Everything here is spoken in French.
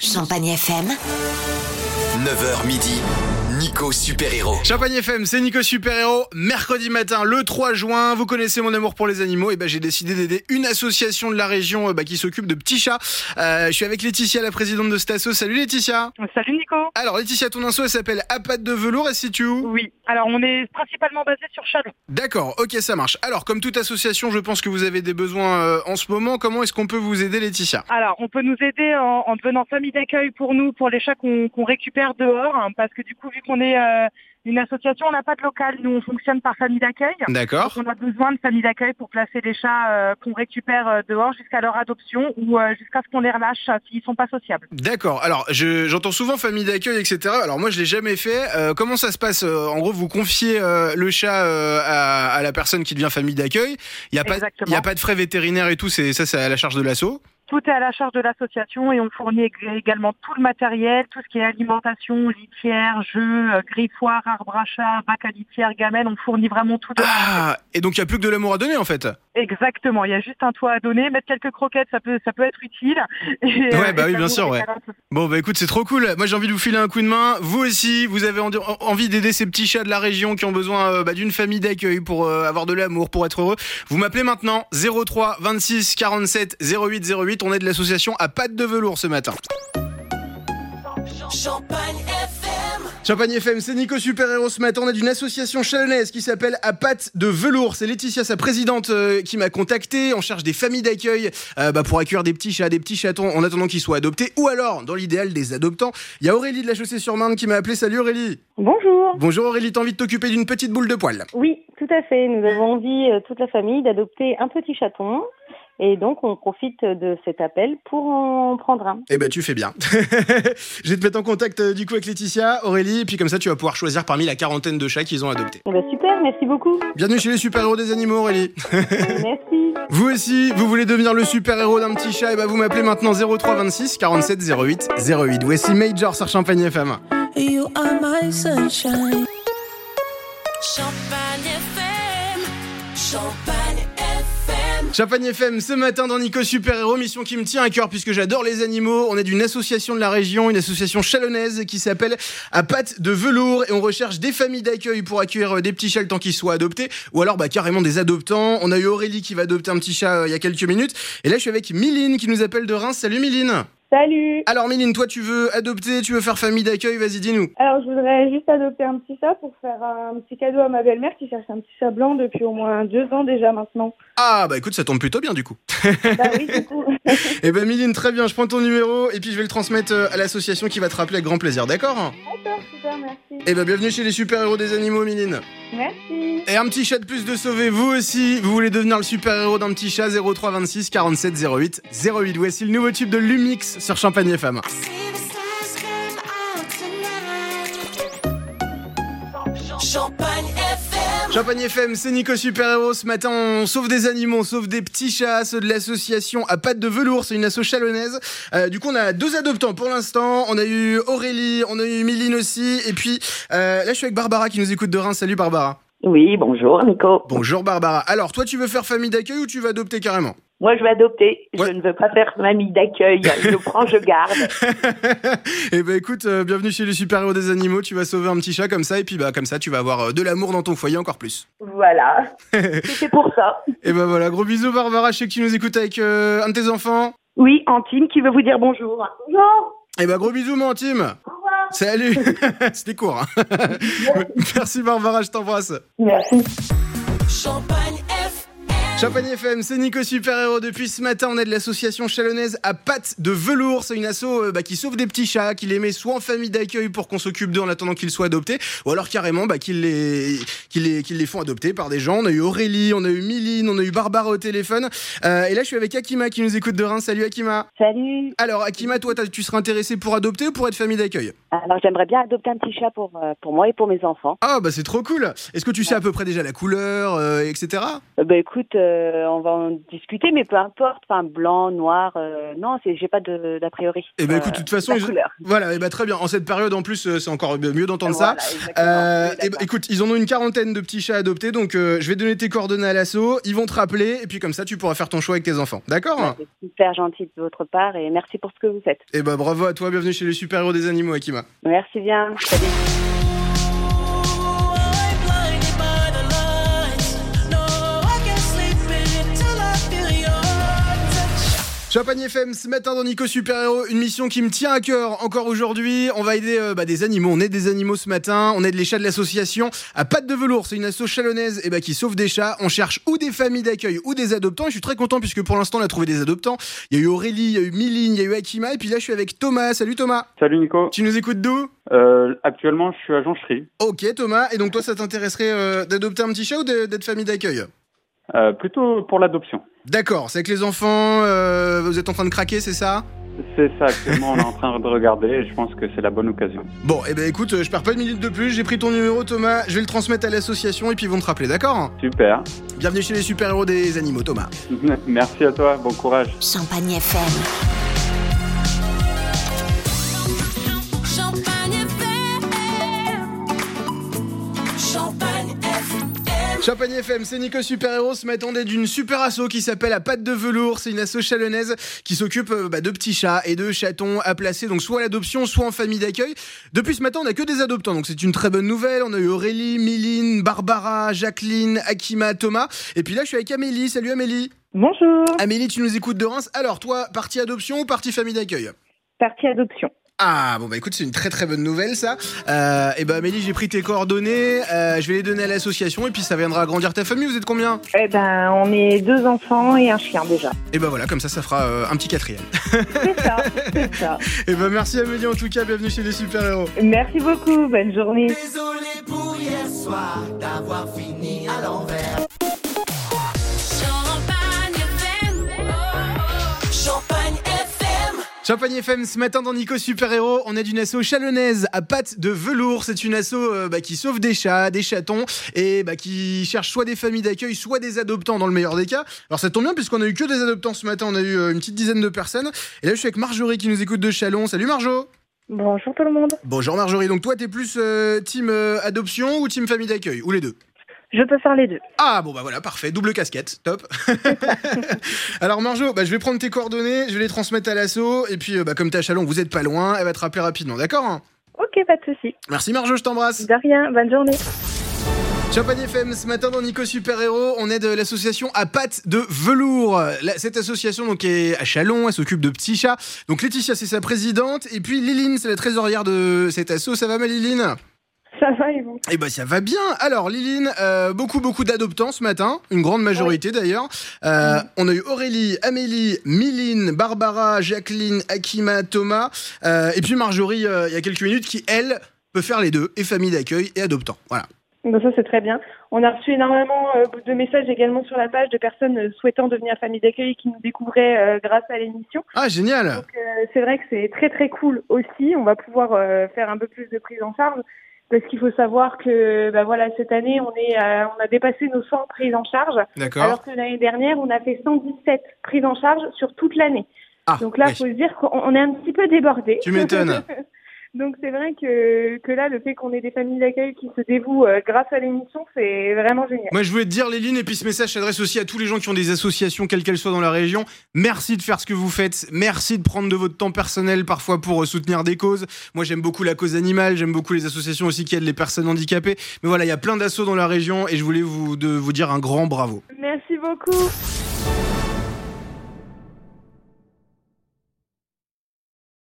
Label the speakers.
Speaker 1: Champagne FM.
Speaker 2: 9h midi, Nico Super-Héros.
Speaker 3: Champagne FM, c'est Nico Super Héros. Mercredi matin, le 3 juin, vous connaissez mon amour pour les animaux. Et ben, j'ai décidé d'aider une association de la région euh, bah, qui s'occupe de petits chats. Euh, je suis avec Laetitia, la présidente de Stasso. Salut Laetitia.
Speaker 4: Salut Nico.
Speaker 3: Alors Laetitia, ton inso, elle s'appelle À pattes de velours. Elle se situe où
Speaker 4: Oui, alors on est principalement basé sur Chalon.
Speaker 3: D'accord, ok, ça marche. Alors, comme toute association, je pense que vous avez des besoins euh, en ce moment. Comment est-ce qu'on peut vous aider, Laetitia
Speaker 4: Alors on peut nous aider en, en devenant famille d'accueil pour nous, pour les chats qu'on qu'on récupère dehors, hein, parce que du coup vu qu'on est euh, une association, on n'a pas de local, nous on fonctionne par famille d'accueil.
Speaker 3: D'accord.
Speaker 4: On a besoin de famille d'accueil pour placer les chats euh, qu'on récupère euh, dehors jusqu'à leur adoption ou euh, jusqu'à ce qu'on les relâche euh, s'ils sont pas sociables.
Speaker 3: D'accord. Alors, je- j'entends souvent famille d'accueil, etc. Alors, moi, je l'ai jamais fait. Euh, comment ça se passe euh, En gros, vous confiez euh, le chat euh, à, à la personne qui devient famille d'accueil. Il n'y a, pas-
Speaker 4: Exactement.
Speaker 3: il y a pas de frais vétérinaires et tout. C'est ça, c'est à la charge de l'assaut.
Speaker 4: Tout est à la charge de l'association et on fournit ég- également tout le matériel, tout ce qui est alimentation, litière, jeux, euh, griffoir, arbre à chat, bac à litière, gamelle, on fournit vraiment tout. De...
Speaker 3: Ah Et donc, il n'y a plus que de l'amour à donner, en fait.
Speaker 4: Exactement, il y a juste un toit à donner, mettre quelques croquettes, ça peut, ça peut être utile. Et, euh,
Speaker 3: Ouais, bah oui,
Speaker 4: et ça
Speaker 3: bien
Speaker 4: nous
Speaker 3: sûr, ouais.
Speaker 4: décale un peu.
Speaker 3: Bon, bah écoute, c'est trop cool. Moi, j'ai envie de vous filer un coup de main. Vous aussi, vous avez en- en- envie d'aider ces petits chats de la région qui ont besoin euh, bah, d'une famille d'accueil pour euh, avoir de l'amour, pour être heureux. Vous m'appelez maintenant 03 26 47 08 08. On est de l'association à pattes de velours ce matin. Champagne FM, c'est Nico Super Héros ce matin. On est d'une association chalonnaise qui s'appelle À Pâte de Velours. C'est Laetitia, sa présidente, euh, qui m'a contacté. On cherche des familles d'accueil euh, bah, pour accueillir des petits chats, des petits chatons en attendant qu'ils soient adoptés ou alors, dans l'idéal, des adoptants. Il y a Aurélie de la Chaussée-sur-Marne qui m'a appelé. Salut Aurélie.
Speaker 5: Bonjour.
Speaker 3: Bonjour Aurélie, t'as envie de t'occuper d'une petite boule de poil.
Speaker 5: Oui, tout à fait. Nous avons envie, euh, toute la famille, d'adopter un petit chaton. Et donc, on profite de cet appel pour en prendre un.
Speaker 3: Eh ben, tu fais bien. Je vais te mettre en contact euh, du coup avec Laetitia, Aurélie, et puis comme ça, tu vas pouvoir choisir parmi la quarantaine de chats qu'ils ont adoptés.
Speaker 5: Eh ben, super, merci beaucoup.
Speaker 3: Bienvenue chez les super-héros des animaux, Aurélie.
Speaker 5: merci.
Speaker 3: Vous aussi, vous voulez devenir le super-héros d'un petit chat, et bah vous m'appelez maintenant 03 26 47 08 08. Voici Major sur Champagne FM.
Speaker 6: You are my sunshine.
Speaker 1: Champagne FM. Champagne FM.
Speaker 3: Champagne FM, ce matin dans Nico Super-héros, mission qui me tient à cœur puisque j'adore les animaux. On est d'une association de la région, une association chalonnaise qui s'appelle À Pâte de Velours et on recherche des familles d'accueil pour accueillir euh, des petits chats le temps qu'ils soient adoptés ou alors bah carrément des adoptants. On a eu Aurélie qui va adopter un petit chat euh, il y a quelques minutes et là je suis avec Miline qui nous appelle de Reims. Salut Miline.
Speaker 7: Salut
Speaker 3: Alors Miline, toi tu veux adopter, tu veux faire famille d'accueil, vas-y dis-nous.
Speaker 7: Alors je voudrais juste adopter un petit chat pour faire un petit cadeau à ma belle-mère qui cherche un petit chat blanc depuis au moins deux ans déjà maintenant.
Speaker 3: Ah bah écoute, ça tombe plutôt bien du coup.
Speaker 7: Bah oui, du coup.
Speaker 3: Eh ben Miline, très bien, je prends ton numéro et puis je vais le transmettre euh, à l'association qui va te rappeler avec grand plaisir, d'accord
Speaker 7: D'accord, super, merci.
Speaker 3: Eh ben bienvenue chez les super-héros des animaux Miline.
Speaker 7: Merci.
Speaker 3: Et un petit chat de plus de sauver vous aussi, vous voulez devenir le super-héros d'un petit chat 03 26 47 08 08. Voici le nouveau tube de Lumix sur Champagne FM.
Speaker 1: See the stars come out tonight. Champagne FM.
Speaker 3: Champagne FM, c'est Nico Super-Héros. Ce matin, on sauve des animaux, on sauve des petits chats, ceux de l'association à pattes de velours. C'est une asso chalonnaise. Euh, du coup, on a deux adoptants pour l'instant. On a eu Aurélie, on a eu Miline aussi. Et puis, euh, là, je suis avec Barbara qui nous écoute de Reims. Salut Barbara.
Speaker 8: Oui, bonjour Nico.
Speaker 3: Bonjour Barbara. Alors, toi, tu veux faire famille d'accueil ou tu vas adopter carrément
Speaker 8: Moi je vais adopter.
Speaker 3: Ouais.
Speaker 8: Je ne veux pas faire famille d'accueil. Je prends, je garde.
Speaker 3: Eh ben, écoute, euh, bienvenue chez les super-héros des animaux. Tu vas sauver un petit chat comme ça. Et puis, bah, comme ça, tu vas avoir euh, de l'amour dans ton foyer encore plus.
Speaker 8: Voilà. C'était pour ça.
Speaker 3: Et ben voilà, gros bisous Barbara. Je sais que tu nous écoutes avec euh, un de tes enfants.
Speaker 8: Oui, Antine qui veut vous dire bonjour.
Speaker 7: Bonjour.
Speaker 3: Eh ben gros bisous mon team. Salut. C'était court. hein. Merci Barbara, je t'embrasse.
Speaker 7: Merci.
Speaker 1: Champagne FM.
Speaker 3: Champagne FM, c'est Nico Super Héros. Depuis ce matin, on est de l'association chalonnaise à pattes de velours. C'est une asso euh, bah, qui sauve des petits chats, qui les met soit en famille d'accueil pour qu'on s'occupe d'eux en attendant qu'ils soient adoptés, ou alors carrément bah, qu'ils les, qu'ils les, qu'ils les font adopter par des gens. On a eu Aurélie, on a eu Miline, on a eu Barbara au téléphone. Euh, et là, je suis avec Akima qui nous écoute de Reims. Salut Akima.
Speaker 8: Salut.
Speaker 3: Alors Akima, toi, t'as- tu serais intéressé pour adopter ou pour être famille d'accueil
Speaker 8: Alors j'aimerais bien adopter un petit chat pour, euh, pour moi et pour mes enfants.
Speaker 3: Ah bah c'est trop cool Est-ce que tu sais à peu près déjà la couleur, euh, etc.
Speaker 8: Euh, bah écoute, euh, euh, on va en discuter, mais peu importe, enfin blanc, noir, euh, non, c'est j'ai pas de- d'a priori.
Speaker 3: Eh ben,
Speaker 8: Euh,
Speaker 3: écoute, de toute façon,
Speaker 8: la
Speaker 3: ils-
Speaker 8: couleur.
Speaker 3: Voilà, et bah très bien. En cette période, en plus, euh, c'est encore mieux d'entendre ça.
Speaker 8: Voilà, exactement.
Speaker 3: Euh,
Speaker 8: Oui,
Speaker 3: eh ben,
Speaker 8: d'accord.
Speaker 3: écoute, ils en ont une quarantaine de petits chats adoptés, donc euh, je vais donner tes coordonnées à l'assaut, ils vont te rappeler, et puis comme ça tu pourras faire ton choix avec tes enfants. D'accord
Speaker 8: Bah, c'est super gentil de votre part et merci pour ce que vous faites.
Speaker 3: Et bah bravo à toi, bienvenue chez les super-héros des animaux, Akima.
Speaker 8: Merci bien. Salut.
Speaker 3: Champagne FM, ce matin dans Nico Super-héros, une mission qui me tient à cœur encore aujourd'hui. On va aider euh, bah, des animaux, on aide des animaux ce matin, on aide les chats de l'association à Pâte de Velours, c'est une asso chalonnaise eh ben, qui sauve des chats. On cherche ou des familles d'accueil ou des adoptants, et je suis très content puisque pour l'instant on a trouvé des adoptants. Il y a eu Aurélie, il y a eu Miline, il y a eu Akima, et puis là je suis avec Thomas. Salut Thomas
Speaker 9: Salut Nico.
Speaker 3: Tu nous écoutes d'où
Speaker 9: Euh, actuellement, je suis à Joncherie.
Speaker 3: Ok Thomas, et donc toi ça t'intéresserait euh, d'adopter un petit chat ou de- d'être famille d'accueil
Speaker 9: Euh, plutôt pour l'adoption.
Speaker 3: D'accord, c'est avec les enfants, euh, vous êtes en train de craquer, c'est ça
Speaker 9: C'est ça, actuellement, on est en train de regarder et je pense que c'est la bonne occasion.
Speaker 3: Bon, eh ben écoute, euh, je perds pas une minute de plus, j'ai pris ton numéro Thomas, je vais le transmettre à l'association et puis ils vont te rappeler, d'accord
Speaker 9: Super.
Speaker 3: Bienvenue chez les super-héros des animaux Thomas.
Speaker 9: Merci à toi, bon courage.
Speaker 1: Champagne FM. Champagne FM. Champagne FM.
Speaker 3: Champagne FM, c'est Nico Super-héros, ce matin on est d'une super asso qui s'appelle à patte de velours, c'est une asso chalonnaise qui s'occupe euh, bah, de petits chats et de chatons à placer, donc soit à l'adoption, soit en famille d'accueil. Depuis ce matin on a que des adoptants, donc c'est une très bonne nouvelle, on a eu Aurélie, Miline, Barbara, Jacqueline, Akima, Thomas, et puis là je suis avec Amélie, salut Amélie
Speaker 5: Bonjour,
Speaker 3: Amélie, tu nous écoutes de Reims. Alors, toi, partie adoption ou partie famille d'accueil
Speaker 5: partie adoption.
Speaker 3: Ah, bon, bah écoute, c'est une très très bonne nouvelle ça. Euh, et bah, Amélie, j'ai pris tes coordonnées, euh, je vais les donner à l'association et puis ça viendra agrandir ta famille. Vous êtes combien
Speaker 5: Eh ben, on est deux enfants et un chien déjà.
Speaker 3: Et bah voilà, comme ça, ça fera euh, un petit quatrième.
Speaker 5: C'est ça, c'est ça.
Speaker 3: Et bah, merci Amélie en tout cas, bienvenue chez les super-héros.
Speaker 5: Merci beaucoup, bonne journée.
Speaker 1: Désolé pour hier soir d'avoir fini à l'envers. Champagne FM. Champagne FM.
Speaker 3: Champagne FM, ce matin dans Nico Super Héros, on est d'une asso chalonnaise à pattes de velours. C'est une asso euh, bah, qui sauve des chats, des chatons et bah, qui cherche soit des familles d'accueil, soit des adoptants dans le meilleur des cas. Alors ça tombe bien puisqu'on a eu que des adoptants ce matin, on a eu euh, une petite dizaine de personnes. Et là je suis avec Marjorie qui nous écoute de Chalon. Salut Marjo
Speaker 7: Bonjour tout le monde.
Speaker 3: Bonjour Marjorie, donc toi t'es plus euh, team euh, adoption ou team famille d'accueil Ou les deux
Speaker 7: Je peux faire les deux.
Speaker 3: ah bon bah voilà parfait double casquette top. Alors Marjo bah, je vais prendre tes coordonnées je vais les transmettre à l'assaut et puis euh, bah, comme t'es à Chalon vous êtes pas loin elle va te rappeler rapidement d'accord hein
Speaker 7: Ok, pas de souci.
Speaker 3: Merci Marjo je t'embrasse.
Speaker 7: De rien, bonne journée.
Speaker 3: Champagne FM ce matin dans Nico Super Héros on aide l'association à pattes de velours. La- Cette association donc est à Chalon elle s'occupe de petits chats donc Laetitia c'est sa présidente et puis Liline c'est la trésorière de cette asso ça va ma Liline
Speaker 7: Ça va et vous
Speaker 3: Eh ben ça va bien. Alors Liline, euh, beaucoup beaucoup d'adoptants ce matin, une grande majorité d'ailleurs. Euh, On a eu Aurélie, Amélie, Miline, Barbara, Jacqueline, Akima, Thomas, euh, et puis Marjorie euh, il y a quelques minutes qui elle peut faire les deux, et famille d'accueil et adoptant. Voilà.
Speaker 7: Bon, Ben, Ça, c'est très bien. On a reçu énormément euh, de messages également sur la page de personnes euh, souhaitant devenir famille d'accueil qui nous découvraient euh, grâce à l'émission.
Speaker 3: Ah génial.
Speaker 7: Donc, euh, c'est vrai que c'est très, très cool aussi. On va pouvoir euh, faire un peu plus de prise en charge parce qu'il faut savoir que bah, voilà, cette année, on, est, à- on a dépassé nos 100 prises en charge.
Speaker 3: D'accord.
Speaker 7: Alors que l'année dernière, on a fait 117 prises en charge sur toute l'année.
Speaker 3: Ah,
Speaker 7: Donc là,
Speaker 3: oui.
Speaker 7: il faut se dire qu'on on est un petit peu débordé.
Speaker 3: Tu m'étonnes.
Speaker 7: Donc c'est vrai que, que là, le fait qu'on ait des familles d'accueil qui se dévouent euh, grâce à l'émission, c'est vraiment génial.
Speaker 3: Moi, je voulais te dire, Léline, et puis ce message s'adresse aussi à tous les gens qui ont des associations, quelles qu'elles soient dans la région. Merci de faire ce que vous faites. Merci de prendre de votre temps personnel, parfois pour euh, soutenir des causes. Moi, j'aime beaucoup la cause animale. J'aime beaucoup les associations aussi qui aident les personnes handicapées. Mais voilà, il y a plein d'assauts dans la région et je voulais vous, de, vous dire un grand bravo.
Speaker 7: Merci beaucoup.